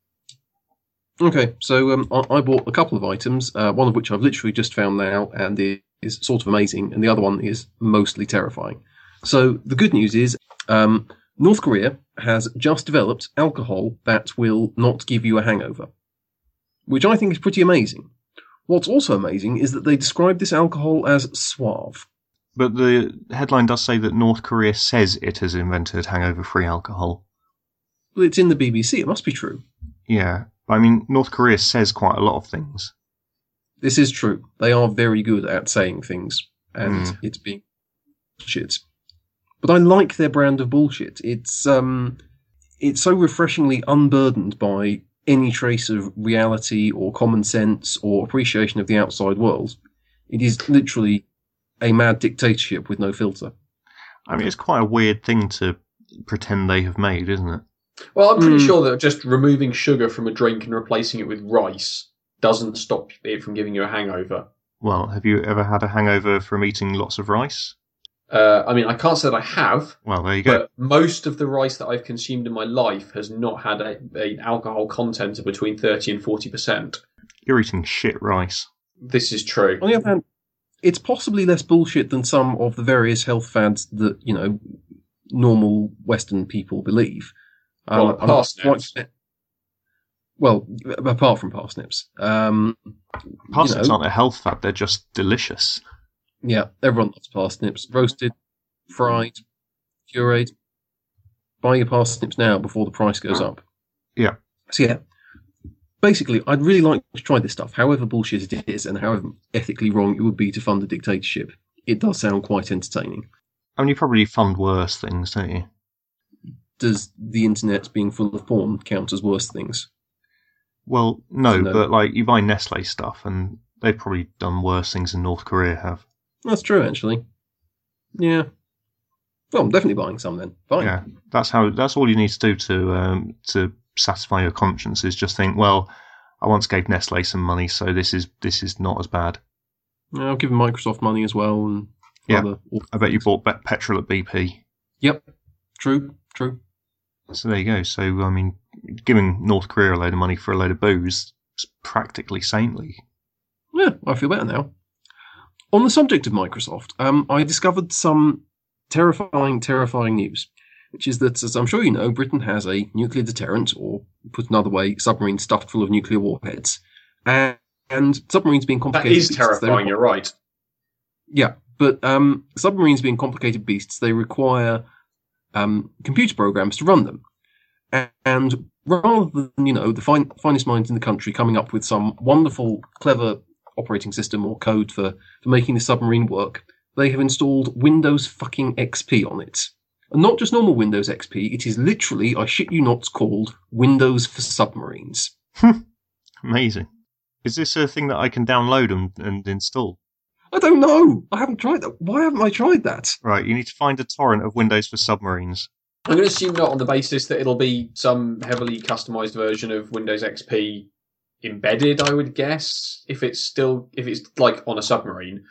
Speaker 2: Okay, so um, I, I bought a couple of items, uh, one of which I've literally just found now and i- is sort of amazing, and the other one is mostly terrifying. So the good news is um, North Korea has just developed alcohol that will not give you a hangover, which I think is pretty amazing. What's also amazing is that they describe this alcohol as suave.
Speaker 4: But the headline does say that North Korea says it has invented hangover-free alcohol.
Speaker 2: Well, it's in the BBC, it must be true.
Speaker 4: Yeah, I mean North Korea says quite a lot of things.
Speaker 2: This is true. They are very good at saying things, and
Speaker 4: Mm.
Speaker 2: it's being bullshit. But I like their brand of bullshit. It's um, it's so refreshingly unburdened by any trace of reality or common sense or appreciation of the outside world. It is literally a mad dictatorship with no filter.
Speaker 4: I mean it's quite a weird thing to pretend they have made, isn't it?
Speaker 3: Well, I'm pretty
Speaker 2: Mm.
Speaker 3: sure that just removing sugar from a drink and replacing it with rice doesn't stop it from giving you a hangover.
Speaker 4: Well, have you ever had a hangover from eating lots of rice?
Speaker 3: Uh, I mean, I can't say that I have,
Speaker 4: Well, there you go.
Speaker 3: but most of the rice that I've consumed in my life has not had a, a alcohol content of between 30 and 40%.
Speaker 4: You're eating shit rice.
Speaker 3: This is true.
Speaker 2: On the other hand, it's possibly less bullshit than some of the various health fads that you know normal Western people believe. Um,
Speaker 3: Well,
Speaker 2: I'm not
Speaker 3: parsnips.
Speaker 2: quite- well, apart from parsnips, um,
Speaker 4: Parsnips
Speaker 2: You know.
Speaker 4: aren't a health fad; they're just delicious.
Speaker 2: yeah, everyone loves parsnips, roasted, fried, pureed. Buy your parsnips now before the price goes up.
Speaker 4: Yeah.
Speaker 2: So yeah, basically, I'd really like to try this stuff, however bullshit it is, and however ethically wrong it would be to fund a dictatorship. It does sound quite entertaining.
Speaker 4: I mean, you probably fund worse things, don't you?
Speaker 2: does the internet being full of porn count as worse things?
Speaker 4: Well, no,
Speaker 2: No.
Speaker 4: but like you buy Nestle stuff, and they've probably done worse things than North Korea have.
Speaker 2: That's true, actually. Yeah. Well, I'm definitely buying some then. Fine.
Speaker 4: Yeah, that's how. That's all you need to do to um, to satisfy your conscience is just think, well, I once gave Nestle some money, so this is this is not as bad.
Speaker 2: Yeah, I've given Microsoft money as well. And
Speaker 4: Yeah.
Speaker 2: other-
Speaker 4: I bet you bought be- petrol at BP.
Speaker 2: Yep. True. True.
Speaker 4: So there you go. So I mean, giving North Korea a load of money for a load of booze is practically saintly.
Speaker 2: Yeah, I feel better now. On the subject of Microsoft, um, I discovered some terrifying, terrifying news, which is that, as I'm sure you know, Britain has a nuclear deterrent, or put another way, submarines stuffed full of nuclear warheads. And, and submarines being
Speaker 3: That
Speaker 2: complicated.
Speaker 3: is
Speaker 2: beasts, they
Speaker 3: terrifying,
Speaker 2: require-
Speaker 3: you're right.
Speaker 2: Yeah, but um, submarines being complicated beasts, they require um, computer programs to run them. A- And rather than you know the fine, finest minds in the country coming up with some wonderful, clever operating system or code for, for making the submarine work, they have installed Windows fucking XP on it. And not just normal Windows XP, it is literally, I shit you not, called Windows for Submarines.
Speaker 4: Amazing. Is this a thing that I can download and, and install?
Speaker 2: I don't know. I haven't tried that. Why haven't I tried that?
Speaker 4: Right, you need to find a torrent of Windows for submarines.
Speaker 3: I'm going to assume not on the basis that it'll be some heavily customized version of Windows XP embedded. I would guess if it's still if it's like on a submarine,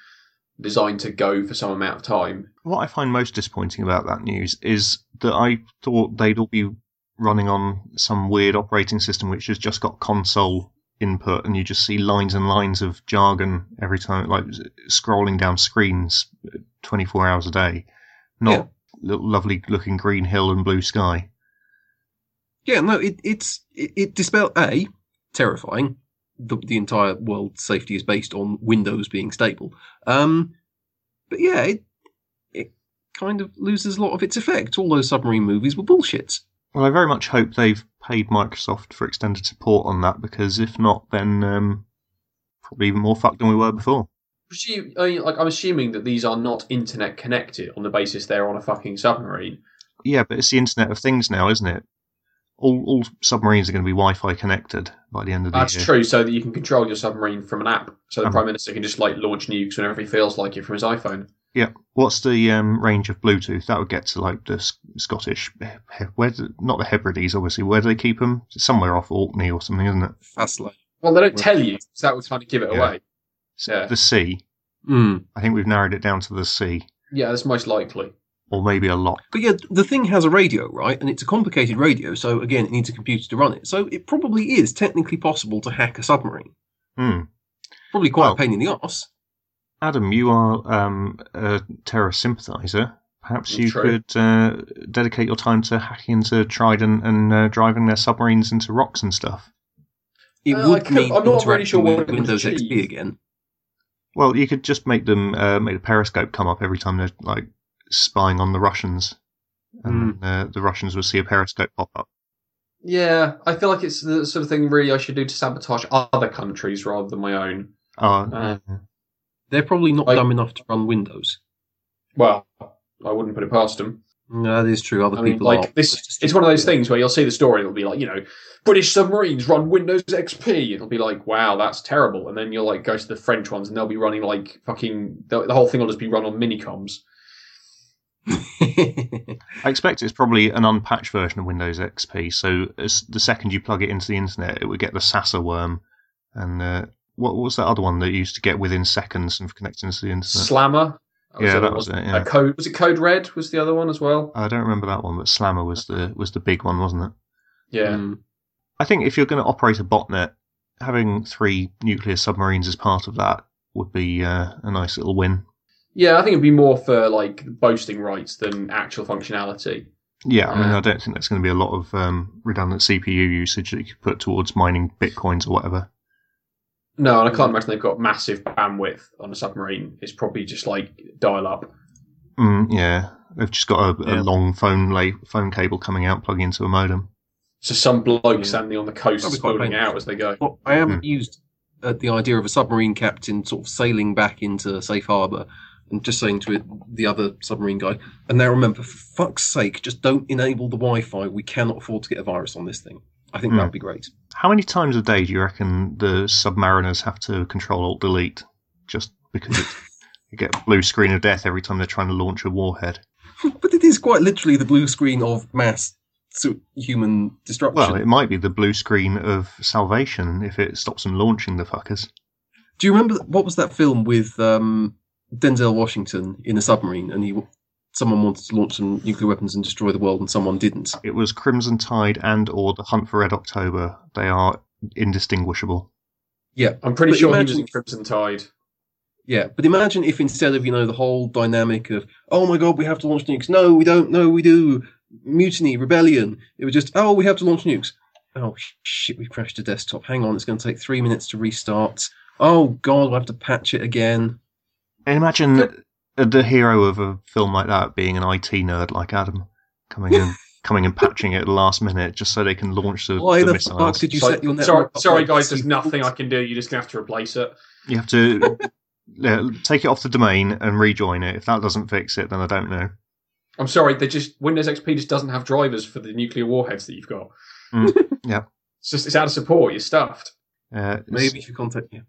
Speaker 3: designed to go for some amount of time.
Speaker 4: What I find most disappointing about that news is that I thought they'd all be running on some weird operating system which has just got console input and you just see lines and lines of jargon every time, like scrolling down screens 24 hours a day, not little lovely looking green hill and blue sky.
Speaker 2: Yeah, no, it, it's it, it dispel a terrifying. The, the entire world safety is based on Windows being stable. Um, but yeah, it it kind of loses a lot of its effect. All those submarine movies were bullshit.
Speaker 4: Well, I very much hope they've paid Microsoft for extended support on that because if not, then um, probably even more fucked than we were before.
Speaker 3: Presume, I mean, like I'm assuming that these are not internet connected on the basis they're on a fucking submarine.
Speaker 4: Yeah, but it's the Internet of Things now, isn't it? All all submarines are going to be Wi-Fi connected by the end of the
Speaker 3: That's
Speaker 4: year.
Speaker 3: true, so that you can control your submarine from an app. So the
Speaker 4: Um.
Speaker 3: prime minister can just like launch nukes whenever he feels like it from his iPhone.
Speaker 4: Yeah. What's the um, range of Bluetooth? That would get to like the S- Scottish, he- where do- not the Hebrides, obviously. Where do they keep them? Somewhere off Orkney or something, isn't it?
Speaker 2: That's like,
Speaker 3: Well, they don't
Speaker 2: Right.
Speaker 3: tell you, so that would kind of give it
Speaker 4: Yeah.
Speaker 3: away.
Speaker 4: S-
Speaker 3: Yeah.
Speaker 4: The sea.
Speaker 2: mm.
Speaker 4: I think we've narrowed it down to the sea,
Speaker 3: Yeah, that's most likely.
Speaker 4: or maybe a lot.
Speaker 2: But yeah, the thing has a radio, right? And it's a complicated radio, so again, it needs a computer to run it. So it probably is technically possible to hack a submarine.
Speaker 4: Hmm.
Speaker 2: Probably quite
Speaker 4: Well-
Speaker 2: a pain in the arse.
Speaker 4: Adam, you are um, a terror sympathiser. Perhaps you
Speaker 3: True.
Speaker 4: could uh, dedicate your time to hacking into Trident and uh, driving their submarines into rocks and stuff.
Speaker 2: It
Speaker 3: Uh, I
Speaker 2: would
Speaker 3: could-
Speaker 2: mean
Speaker 3: I'm not really sure
Speaker 2: interacting
Speaker 3: what
Speaker 2: with
Speaker 3: it would
Speaker 2: Windows
Speaker 3: achieve.
Speaker 2: XP again.
Speaker 4: Well, you could just make them uh, make a periscope come up every time they're like spying on the Russians, and uh, the Russians would see a periscope pop up.
Speaker 3: Yeah, I feel like it's the sort of thing really I should do to sabotage other countries rather than my own.
Speaker 4: Uh,
Speaker 3: Uh.
Speaker 2: They're probably not
Speaker 3: I-
Speaker 2: dumb enough to run Windows.
Speaker 3: Well, I wouldn't put it past them.
Speaker 2: No, that is true. Other
Speaker 3: I mean,
Speaker 2: people are.
Speaker 3: like this, it's one of those things where you'll see the story. It'll be like, you know, British submarines run Windows XP. It'll be like, wow, that's terrible. And then you'll like go to the French ones, and they'll be running like fucking the, the whole thing will just be run on minicoms.
Speaker 4: I expect it's probably an unpatched version of Windows XP. So as the second you plug it into the internet, it would get the Sasa worm, and uh, what, what was that other one that you used to get within seconds of connecting to the internet?
Speaker 3: Slammer.
Speaker 4: Yeah,
Speaker 3: the
Speaker 4: oh, that
Speaker 3: one,
Speaker 4: was
Speaker 3: wasn't
Speaker 4: it,
Speaker 3: it?
Speaker 4: yeah. Uh,
Speaker 3: Uh, code was it Code Red? Was the other one as well?
Speaker 4: I don't remember that one, but Slammer was the was the big one, wasn't it?
Speaker 2: *laughs*
Speaker 3: Yeah.
Speaker 2: Mm.
Speaker 4: I think if you're going to operate a botnet, having three nuclear submarines as part of that would be uh, a nice little win.
Speaker 3: Yeah, I think it'd be more for like boasting rights than actual functionality.
Speaker 4: Yeah, I mean,
Speaker 3: Yeah.
Speaker 4: I don't think there's going to be a lot of um, redundant CPU usage that you could put towards mining bitcoins or whatever.
Speaker 3: No, and I can't imagine they've got massive bandwidth on a submarine. It's probably just like dial up.
Speaker 4: Mm, yeah, they've just got a,
Speaker 2: Yeah.
Speaker 4: a long phone la- phone cable coming out, plugging into a modem.
Speaker 3: So some bloke standing on the coast
Speaker 2: That'd
Speaker 3: is
Speaker 2: be quite
Speaker 3: building it
Speaker 2: painful.
Speaker 3: out as they go.
Speaker 2: Well, I haven't
Speaker 4: Hmm.
Speaker 2: used uh, the idea of a submarine captain sort of sailing back into safe harbour and just saying to it, the other submarine guy, and now remember, for fuck's sake, just don't enable the Wi Fi. We cannot afford to get a virus on this thing. I think
Speaker 4: Hmm.
Speaker 2: that would be great. *laughs*
Speaker 4: How many times a day do you reckon the submariners have to control alt delete just because it, *laughs* you get a blue screen of death every time they're trying to launch a warhead?
Speaker 2: But it is quite literally the blue screen of mass su- human destruction.
Speaker 4: Well, it might be the blue screen of salvation if it stops them launching the fuckers.
Speaker 2: Do you remember what was that film with um, Denzel Washington in a submarine and he. Someone wanted to launch some nuclear weapons and destroy the world, and someone didn't.
Speaker 4: It was Crimson Tide and or The Hunt for Red October. They are indistinguishable.
Speaker 3: I'm pretty
Speaker 2: But
Speaker 3: sure he was
Speaker 2: imagine-
Speaker 3: in Crimson Tide.
Speaker 2: Yeah, but imagine if instead of you know the whole dynamic of oh my god we have to launch nukes, no we don't, no we do, mutiny, rebellion. It was just oh we have to launch nukes. Oh sh- shit, we crashed a desktop. Hang on, it's going to take three minutes to restart. Oh god, we'll have to patch it again.
Speaker 4: And *laughs* imagine uh, the hero of a film like that being an IT nerd like Adam coming in coming and patching it at the last minute just so they can launch the,
Speaker 2: Why
Speaker 4: the,
Speaker 2: the
Speaker 4: missiles.
Speaker 2: fuck did you
Speaker 3: It's like,
Speaker 2: set your
Speaker 3: sorry,
Speaker 2: network? up
Speaker 3: sorry
Speaker 2: like
Speaker 3: guys,
Speaker 2: this,
Speaker 3: there's
Speaker 2: you
Speaker 3: nothing I
Speaker 2: fools?
Speaker 3: can do. You're just going to have to replace it.
Speaker 4: You have to *laughs* yeah, take it off the domain and rejoin it. If that doesn't fix it, then I don't know.
Speaker 3: I'm sorry, they just Windows XP just doesn't have drivers for the nuclear warheads that you've got.
Speaker 2: Hmm.
Speaker 3: *laughs*
Speaker 4: Mm, yeah.
Speaker 3: It's just it's out of support. You're stuffed.
Speaker 4: Uh, it's
Speaker 2: Maybe you should contact you.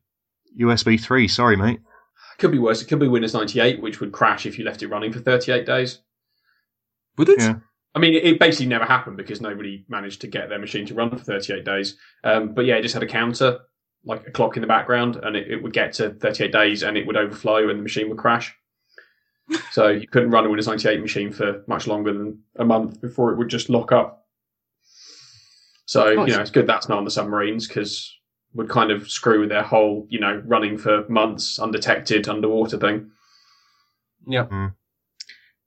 Speaker 4: USB three. Sorry, mate.
Speaker 3: Could be worse. It could be Windows 98, which would crash if you left it running for 38 days.
Speaker 2: Would it?
Speaker 4: Yeah.
Speaker 3: I mean, it, it basically never happened because nobody managed to get their machine to run for 38 days. Um, but yeah, it just had a counter, like a clock in the background, and it, it would get to 38 days and it would overflow and the machine would crash. so you couldn't run a Windows 98 machine for much longer than a month before it would just lock up. So,
Speaker 2: Nice.
Speaker 3: you know, it's good that's not on the submarines because would kind of screw with their whole, you know, running for months undetected underwater thing.
Speaker 4: Yeah,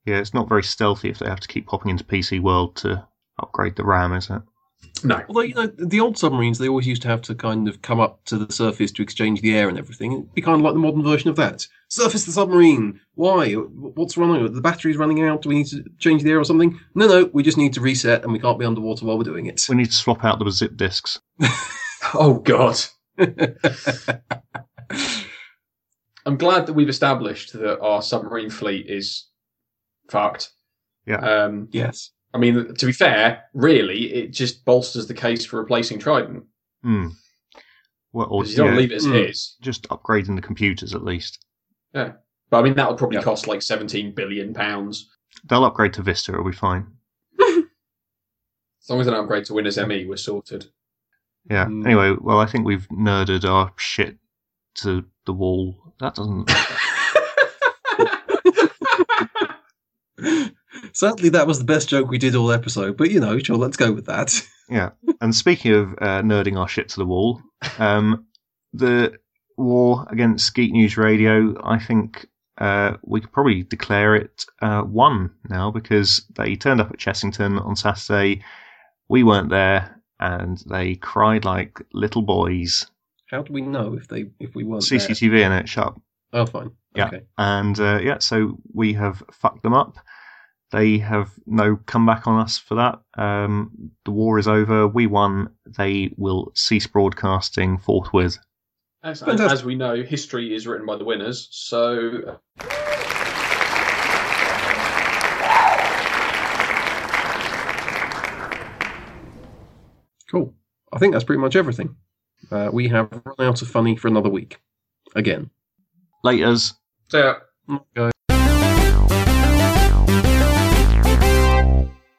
Speaker 4: it's not very stealthy if they have to keep popping into PC World to upgrade the RAM, is it?
Speaker 3: No.
Speaker 2: Although you know the old submarines, they always used to have to kind of come up to the surface to exchange the air and everything. It'd be kind of like the modern version of that. Surface the submarine. Why? What's wrong? The battery's running out. Do we need to change the air or something? No, no. We just need to reset, and we can't be underwater while we're doing it.
Speaker 4: We need to swap out the zip disks.
Speaker 3: Oh, God. I'm glad that we've established that our submarine fleet is fucked.
Speaker 4: Yeah.
Speaker 3: Um,
Speaker 2: *laughs* yes. *laughs*
Speaker 3: I mean, to be fair, really, it just bolsters the case for replacing Trident.
Speaker 4: Hmm. Well, or
Speaker 3: 'Cause you don't
Speaker 4: yeah,
Speaker 3: leave it as
Speaker 2: Mm.
Speaker 3: is.
Speaker 4: just upgrading the computers at least.
Speaker 3: But I mean, that'll probably
Speaker 2: Yeah.
Speaker 3: cost like 17 billion pounds.
Speaker 4: They'll upgrade to Vista. It'll be fine.
Speaker 3: As long as they don't upgrade to Windows ME, we're sorted.
Speaker 4: Yeah.
Speaker 3: Hmm.
Speaker 2: Mm.
Speaker 4: Anyway, well, I think we've nerded our shit to the wall. That doesn't.
Speaker 2: Sadly, that was the best joke we did all episode. But you know, sure, let's go with that.
Speaker 4: and speaking of uh, nerding our shit to the wall, um, the war against Geek News Radio, I think uh, we could probably declare it uh, won now because they turned up at Chessington on Saturday. We weren't there, and they cried like little boys.
Speaker 2: How do we know if they if we weren't there?
Speaker 4: CCTV in it, shut up.
Speaker 2: Oh, fine.
Speaker 4: Yeah.
Speaker 2: Okay.
Speaker 4: And uh, yeah, so we have fucked them up. They have no comeback on us for that. Um, the war is over. We won. They will cease broadcasting forthwith.
Speaker 3: As,
Speaker 2: Fantastic.
Speaker 3: as we know, history is written by the winners. So, uh,
Speaker 2: Cool. I think that's pretty much everything. Uh, we have run out of funny for another week. Again.
Speaker 4: Laters.
Speaker 3: so yeah,
Speaker 2: Okay.